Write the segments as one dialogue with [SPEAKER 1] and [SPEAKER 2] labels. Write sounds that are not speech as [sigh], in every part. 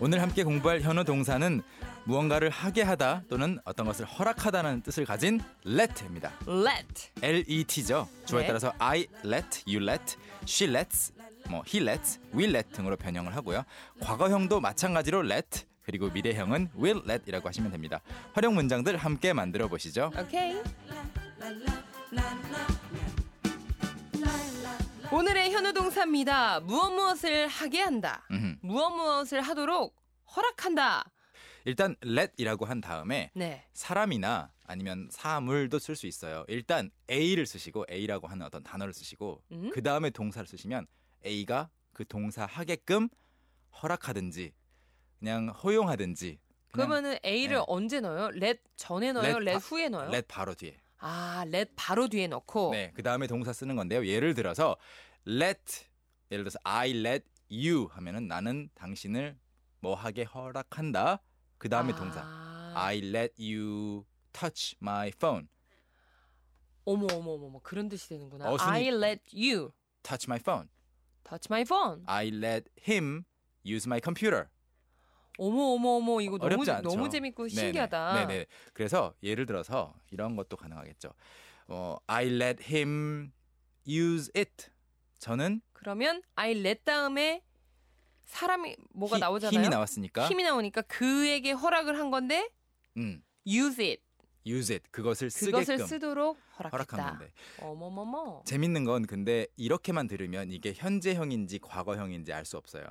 [SPEAKER 1] 오늘 함께 공부할 현우 동사는 무언가를 하게 하다 또는 어떤 것을 허락하다는 뜻을 가진 let입니다.
[SPEAKER 2] Let.
[SPEAKER 1] LET죠. 주어에
[SPEAKER 2] 네.
[SPEAKER 1] 따라서 I let, you let, she lets, 뭐 he lets, we let 등으로 변형을 하고요. 과거형도 마찬가지로 let 그리고 미래형은 will let이라고 하시면 됩니다. 활용 문장들 함께 만들어 보시죠.
[SPEAKER 2] 오케이. 오늘의 현우 동사입니다. 무엇 무엇을 하게 한다.
[SPEAKER 1] 음,
[SPEAKER 2] 무엇 무엇을 하도록 허락한다.
[SPEAKER 1] 일단 let이라고 한 다음에
[SPEAKER 2] 네.
[SPEAKER 1] 사람이나 아니면 사물도 쓸 수 있어요. 일단 A를 쓰시고 A라고 하는 어떤 단어를 쓰시고
[SPEAKER 2] 음?
[SPEAKER 1] 그 다음에 동사를 쓰시면 A가 그 동사 하게끔 허락하든지 그냥 허용하든지 그냥
[SPEAKER 2] 그러면은 A를
[SPEAKER 1] 네.
[SPEAKER 2] 언제 넣어요? let 전에 넣어요?
[SPEAKER 1] let
[SPEAKER 2] let,
[SPEAKER 1] 바-
[SPEAKER 2] 후에 넣어요?
[SPEAKER 1] let 바로 뒤에
[SPEAKER 2] 아, let 바로 뒤에 넣고.
[SPEAKER 1] 네 그 다음에 동사 쓰는 건데요. 예를 들어서 let 예를 들어서 I let you 하면은 나는 당신을 뭐 하게 허락한다. 그 다음에
[SPEAKER 2] 아.
[SPEAKER 1] 동사 I let you touch my phone,
[SPEAKER 2] 어머 어머 어머 어머. 그런 뜻이 되는구나.
[SPEAKER 1] 어, 순이-
[SPEAKER 2] I let you
[SPEAKER 1] touch my phone.
[SPEAKER 2] touch my phone.
[SPEAKER 1] I let him use my computer.
[SPEAKER 2] 어머 어머 어머 이거 너무
[SPEAKER 1] 어렵지
[SPEAKER 2] 재-
[SPEAKER 1] 않죠?
[SPEAKER 2] 너무 재밌고
[SPEAKER 1] 네네.
[SPEAKER 2] 신기하다.
[SPEAKER 1] 네네. 그래서 예를 들어서 이런 것도 가능하겠죠. 어, I let him use it. 저는
[SPEAKER 2] 그러면 I let 다음에 사람이 뭐가
[SPEAKER 1] 히-
[SPEAKER 2] 나오잖아요.
[SPEAKER 1] 힘이 나왔으니까
[SPEAKER 2] 힘이 나오니까 그에게 허락을 한 건데
[SPEAKER 1] 음,
[SPEAKER 2] use it
[SPEAKER 1] use it 그것을
[SPEAKER 2] 그것을
[SPEAKER 1] 쓰게끔
[SPEAKER 2] 쓰도록 아,
[SPEAKER 1] 허락한
[SPEAKER 2] 허락했다.
[SPEAKER 1] 건데
[SPEAKER 2] 어머머머.
[SPEAKER 1] 재밌는 건 근데 이렇게만 들으면 이게 현재형인지 과거형인지 알 수 없어요.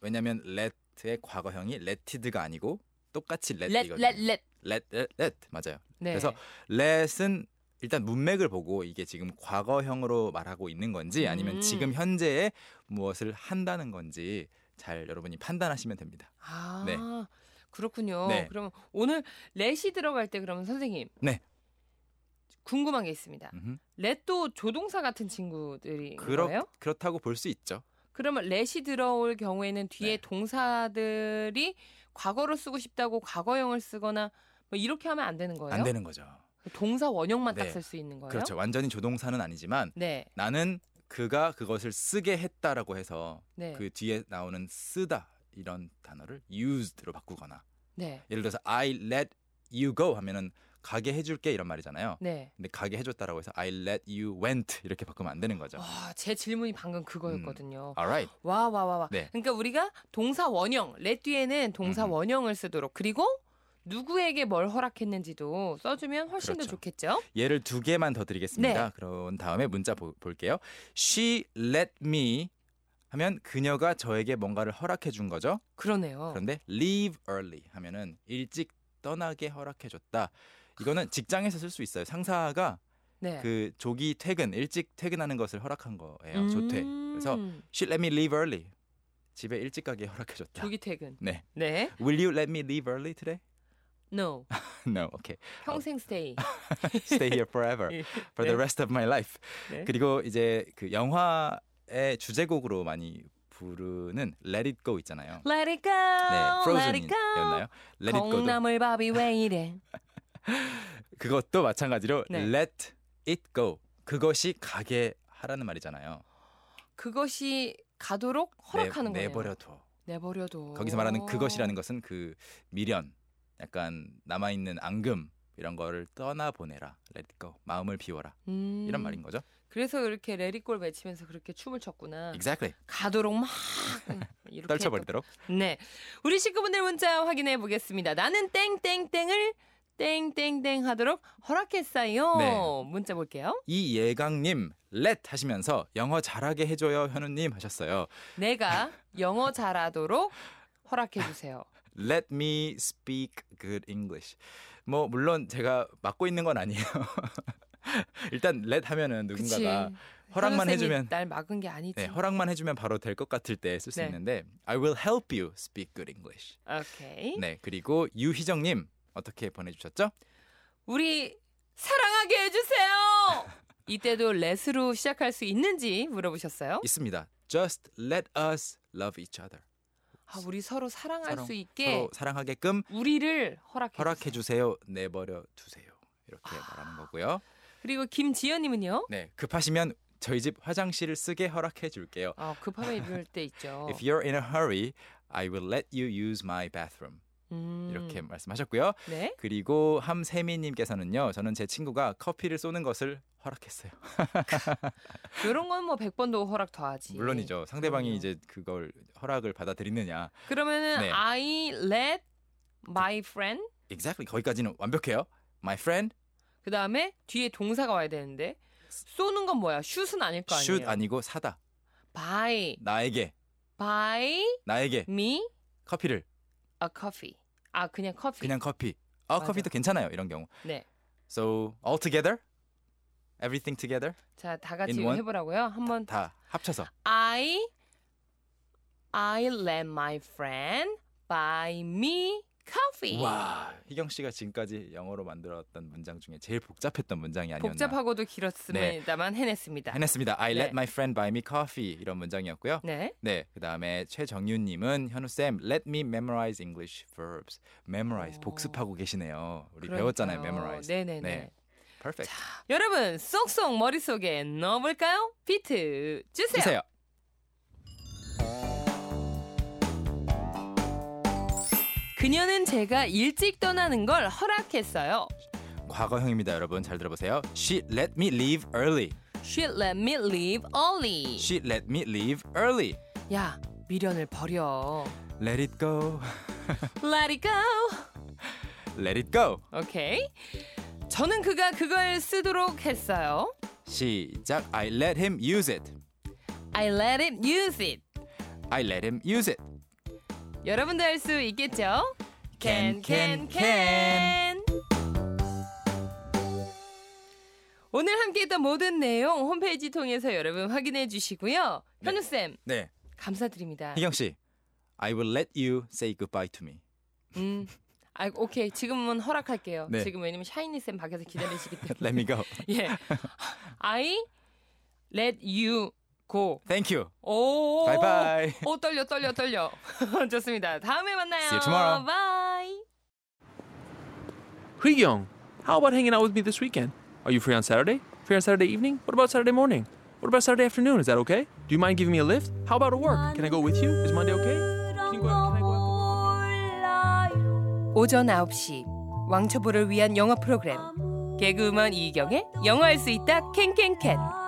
[SPEAKER 1] 왜냐하면 let의 과거형이 leted가 아니고 똑같이
[SPEAKER 2] let
[SPEAKER 1] let이거든요.
[SPEAKER 2] let let.
[SPEAKER 1] let let let 맞아요.
[SPEAKER 2] 네.
[SPEAKER 1] 그래서 let은 일단 문맥을 보고 이게 지금 과거형으로 말하고 있는 건지 아니면
[SPEAKER 2] 음.
[SPEAKER 1] 지금 현재에 무엇을 한다는 건지 잘 여러분이 판단하시면 됩니다.
[SPEAKER 2] 아
[SPEAKER 1] 네.
[SPEAKER 2] 그렇군요.
[SPEAKER 1] 네.
[SPEAKER 2] 그럼 오늘 let이 들어갈 때 그러면 선생님.
[SPEAKER 1] 네.
[SPEAKER 2] 궁금한 게 있습니다.
[SPEAKER 1] 음흠.
[SPEAKER 2] let도 조동사 같은 친구들이
[SPEAKER 1] 그렇,
[SPEAKER 2] 거예요?
[SPEAKER 1] 그렇다고 볼 수 있죠.
[SPEAKER 2] 그러면 let이 들어올 경우에는 뒤에
[SPEAKER 1] 네.
[SPEAKER 2] 동사들이 과거로 쓰고 싶다고 과거형을 쓰거나 뭐 이렇게 하면 안 되는 거예요?
[SPEAKER 1] 안 되는 거죠.
[SPEAKER 2] 동사 원형만
[SPEAKER 1] 네.
[SPEAKER 2] 딱 쓸 수 있는 거예요?
[SPEAKER 1] 그렇죠. 완전히 조동사는 아니지만
[SPEAKER 2] 네.
[SPEAKER 1] 나는 그가 그것을 쓰게 했다라고 해서
[SPEAKER 2] 네.
[SPEAKER 1] 그 뒤에 나오는 쓰다 이런 단어를 used로 바꾸거나
[SPEAKER 2] 네.
[SPEAKER 1] 예를 들어서 I let you go 하면은 가게 해줄게 이런 말이잖아요.
[SPEAKER 2] 네.
[SPEAKER 1] 근데 가게 해줬다라고 해서 I let you went 이렇게 바꾸면 안 되는 거죠.
[SPEAKER 2] 와, 제 질문이 방금 그거였거든요.
[SPEAKER 1] Alright.
[SPEAKER 2] 와, 와, 와, 와.
[SPEAKER 1] 음. 네.
[SPEAKER 2] 그러니까 우리가 동사 원형, let 뒤에는 동사
[SPEAKER 1] 음.
[SPEAKER 2] 원형을 쓰도록 그리고 누구에게 뭘 허락했는지도 써주면 훨씬
[SPEAKER 1] 그렇죠.
[SPEAKER 2] 더 좋겠죠.
[SPEAKER 1] 예를 두 개만 더
[SPEAKER 2] 네.
[SPEAKER 1] 드리겠습니다. 그런 다음에 문자 보- 볼게요. She let me 하면 그녀가 저에게 뭔가를 허락해 준 거죠.
[SPEAKER 2] 그러네요.
[SPEAKER 1] 그런데 leave early 하면은 일찍 떠나게 허락해 줬다. 이거는 직장에서 쓸 수 있어요. 상사가
[SPEAKER 2] 네.
[SPEAKER 1] 그 조기 퇴근, 일찍 퇴근하는 것을 허락한 거예요. 조퇴. 그래서
[SPEAKER 2] 네. 음,
[SPEAKER 1] she let me leave early. 집에 일찍 가게 허락해 줬다.
[SPEAKER 2] 조기 퇴근.
[SPEAKER 1] 네.
[SPEAKER 2] 네.
[SPEAKER 1] Will you let me leave early today? [laughs]
[SPEAKER 2] No.
[SPEAKER 1] 어. no. Okay.
[SPEAKER 2] 평생 스테이.
[SPEAKER 1] Stay here forever
[SPEAKER 2] [laughs] 예.
[SPEAKER 1] for the
[SPEAKER 2] 네.
[SPEAKER 1] rest of my life.
[SPEAKER 2] 네.
[SPEAKER 1] 그리고 이제 그 영화의 주제곡으로 많이 부르는 Let It Go 있잖아요.
[SPEAKER 2] Let it go. let
[SPEAKER 1] 네,
[SPEAKER 2] it go.
[SPEAKER 1] Frozen이었나요? Let It Go도
[SPEAKER 2] 콩나물 밥이 왜 이래?
[SPEAKER 1] 그것도 마찬가지로
[SPEAKER 2] 네.
[SPEAKER 1] Let It Go 그것이 가게 하라는 말이잖아요. 네,
[SPEAKER 2] 그것이 가도록 허락하는 거예요.
[SPEAKER 1] 내, 내버려둬.
[SPEAKER 2] 내버려도.
[SPEAKER 1] 거기서 말하는 그것이라는 것은 그 미련, 약간 남아 있는 앙금 이런 거를 떠나 보내라. Let It Go 마음을 비워라
[SPEAKER 2] 음,
[SPEAKER 1] 이런 말인 거죠.
[SPEAKER 2] 그래서 이렇게 레리골 외치면서 그렇게 춤을 췄구나.
[SPEAKER 1] Exactly.
[SPEAKER 2] 가도록
[SPEAKER 1] [laughs]
[SPEAKER 2] 막 이렇게
[SPEAKER 1] 떨쳐버리도록.
[SPEAKER 2] 또- 네. 우리 식구분들 문자 확인해 보겠습니다. 나는 땡땡땡을 땡땡땡 하도록 허락했어요.
[SPEAKER 1] 네.
[SPEAKER 2] 문자 볼게요.
[SPEAKER 1] 이예강님 렛 하시면서 영어 잘하게 해줘요 현우님 하셨어요.
[SPEAKER 2] 내가 영어 잘하도록 허락해 주세요.
[SPEAKER 1] Let me speak good English. 뭐 물론 제가 맡고 있는 건 아니에요. [laughs] 일단 let 하면은
[SPEAKER 2] 그치.
[SPEAKER 1] [laughs] 누군가가 허락만
[SPEAKER 2] 현우 쌤이
[SPEAKER 1] 해주면
[SPEAKER 2] 날 막은 게 아니지.
[SPEAKER 1] 네, 허락만 해주면 바로 될 것 같을 때 쓸 수
[SPEAKER 2] 네.
[SPEAKER 1] 있는데 I will help you speak good English.
[SPEAKER 2] 오케이.
[SPEAKER 1] 네 그리고 유희정님 어떻게 보내주셨죠?
[SPEAKER 2] 우리 사랑하게 해주세요. [laughs] 이때도 렛으로 시작할 수 있는지 물어보셨어요.
[SPEAKER 1] 있습니다. Just let us love each other.
[SPEAKER 2] 아, 우리 서로 사랑할
[SPEAKER 1] 사랑,
[SPEAKER 2] 수 있게
[SPEAKER 1] 서로 사랑하게끔 아.
[SPEAKER 2] 우리를 허락해,
[SPEAKER 1] 허락해 주세요. 내버려 두세요. 이렇게 말하는 거고요.
[SPEAKER 2] 그리고 김지연님은요.
[SPEAKER 1] 네, 급하시면 저희 집 화장실을 쓰게 허락해 줄게요.
[SPEAKER 2] 아 급함에 이럴 때 있죠.
[SPEAKER 1] [laughs] If you're in a hurry, I will let you use my bathroom.
[SPEAKER 2] 음,
[SPEAKER 1] 이렇게 말씀하셨고요.
[SPEAKER 2] 네.
[SPEAKER 1] 그리고 함세미님께서는요. 저는 제 친구가 커피를 쏘는 것을 허락했어요.
[SPEAKER 2] 이런 건 뭐 100번도 허락 더하지.
[SPEAKER 1] 물론이죠. 상대방이
[SPEAKER 2] 그럼요.
[SPEAKER 1] 이제 그걸 허락을 받아들이느냐.
[SPEAKER 2] 그러면은
[SPEAKER 1] 네.
[SPEAKER 2] I let my friend
[SPEAKER 1] Exactly. 거기까지는 완벽해요. My friend,
[SPEAKER 2] 그 다음에 뒤에 동사가 와야 되는데 쏘는 건 뭐야? 슛은 아닐 거 아니에요.
[SPEAKER 1] should 아니고 사다.
[SPEAKER 2] Buy
[SPEAKER 1] 나에게,
[SPEAKER 2] buy
[SPEAKER 1] 나에게
[SPEAKER 2] me
[SPEAKER 1] 커피를.
[SPEAKER 2] 네. a coffee. 아 그냥 커피.
[SPEAKER 1] 그냥 커피. 아,
[SPEAKER 2] 맞아.
[SPEAKER 1] 커피도 괜찮아요. 이런 경우.
[SPEAKER 2] 네.
[SPEAKER 1] So all together, everything together,
[SPEAKER 2] 자 다 같이
[SPEAKER 1] In one?
[SPEAKER 2] 해보라고요. 한번
[SPEAKER 1] 다 합쳐서.
[SPEAKER 2] I I let my friend buy me coffee.
[SPEAKER 1] 와 희경 씨가 지금까지 영어로 만들어왔던 문장 중에 제일 복잡했던 문장이 아니었나 네.
[SPEAKER 2] 복잡하고도 길었습니다만 해냈습니다.
[SPEAKER 1] 해냈습니다. I let
[SPEAKER 2] 네.
[SPEAKER 1] my friend buy me coffee 이런 문장이었고요.
[SPEAKER 2] 네.
[SPEAKER 1] 네, 그 다음에 최정윤님은 현우 쌤, let me memorize English verbs. memorize
[SPEAKER 2] 오.
[SPEAKER 1] 복습하고 계시네요. 우리
[SPEAKER 2] 그러니까요.
[SPEAKER 1] 배웠잖아요, memorize.
[SPEAKER 2] 네네네.
[SPEAKER 1] 네. perfect.
[SPEAKER 2] 여러분 쏙쏙 머릿속에 넣어볼까요? 비트 주세요.
[SPEAKER 1] 주세요.
[SPEAKER 2] 그녀는 제가 일찍 떠나는 걸 허락했어요.
[SPEAKER 1] 과거형입니다, 여러분. 잘 들어보세요. She let me leave early.
[SPEAKER 2] She let me leave early.
[SPEAKER 1] She let me leave early.
[SPEAKER 2] 야, 미련을 버려.
[SPEAKER 1] Let it go. [laughs]
[SPEAKER 2] Let it go.
[SPEAKER 1] Let it go.
[SPEAKER 2] 오케이. 저는 그가 그걸 쓰도록 했어요.
[SPEAKER 1] 시작. I let him use it.
[SPEAKER 2] I let him use it.
[SPEAKER 1] I let him use it.
[SPEAKER 2] 여러분도 할 수 있겠죠?
[SPEAKER 1] Can, can,
[SPEAKER 2] can. 오늘 함께했던 모든 내용 홈페이지 통해서 여러분 확인해 주시고요.
[SPEAKER 1] 네.
[SPEAKER 2] 현우 쌤
[SPEAKER 1] 네.
[SPEAKER 2] 감사드립니다.
[SPEAKER 1] 희경 씨, I will let you say goodbye to me.
[SPEAKER 2] 음, 아 오케이 지금은 허락할게요.
[SPEAKER 1] 네.
[SPEAKER 2] 지금 왜냐면 샤이니 쌤 밖에서 기다리시기 때문에.
[SPEAKER 1] Let me go.
[SPEAKER 2] 예, I let you go.
[SPEAKER 1] Thank you.
[SPEAKER 2] 오,
[SPEAKER 1] Bye bye.
[SPEAKER 2] 오 떨려 떨려 떨려. [laughs] 좋습니다. 다음에 만나요.
[SPEAKER 1] See you tomorrow.
[SPEAKER 2] Bye.
[SPEAKER 3] Young, how about hanging out with me this weekend? Are you free on Saturday? Free on Saturday evening? What about Saturday morning? What about Saturday afternoon? Is that okay? Do you mind giving me a lift? How about at work? Can I go with you? Is Monday okay? Can you go out? Can I go out?
[SPEAKER 2] 오전 9시 왕초보를 위한 영어 프로그램 개그우먼 이경의 영어할 수 있다 캔캔캔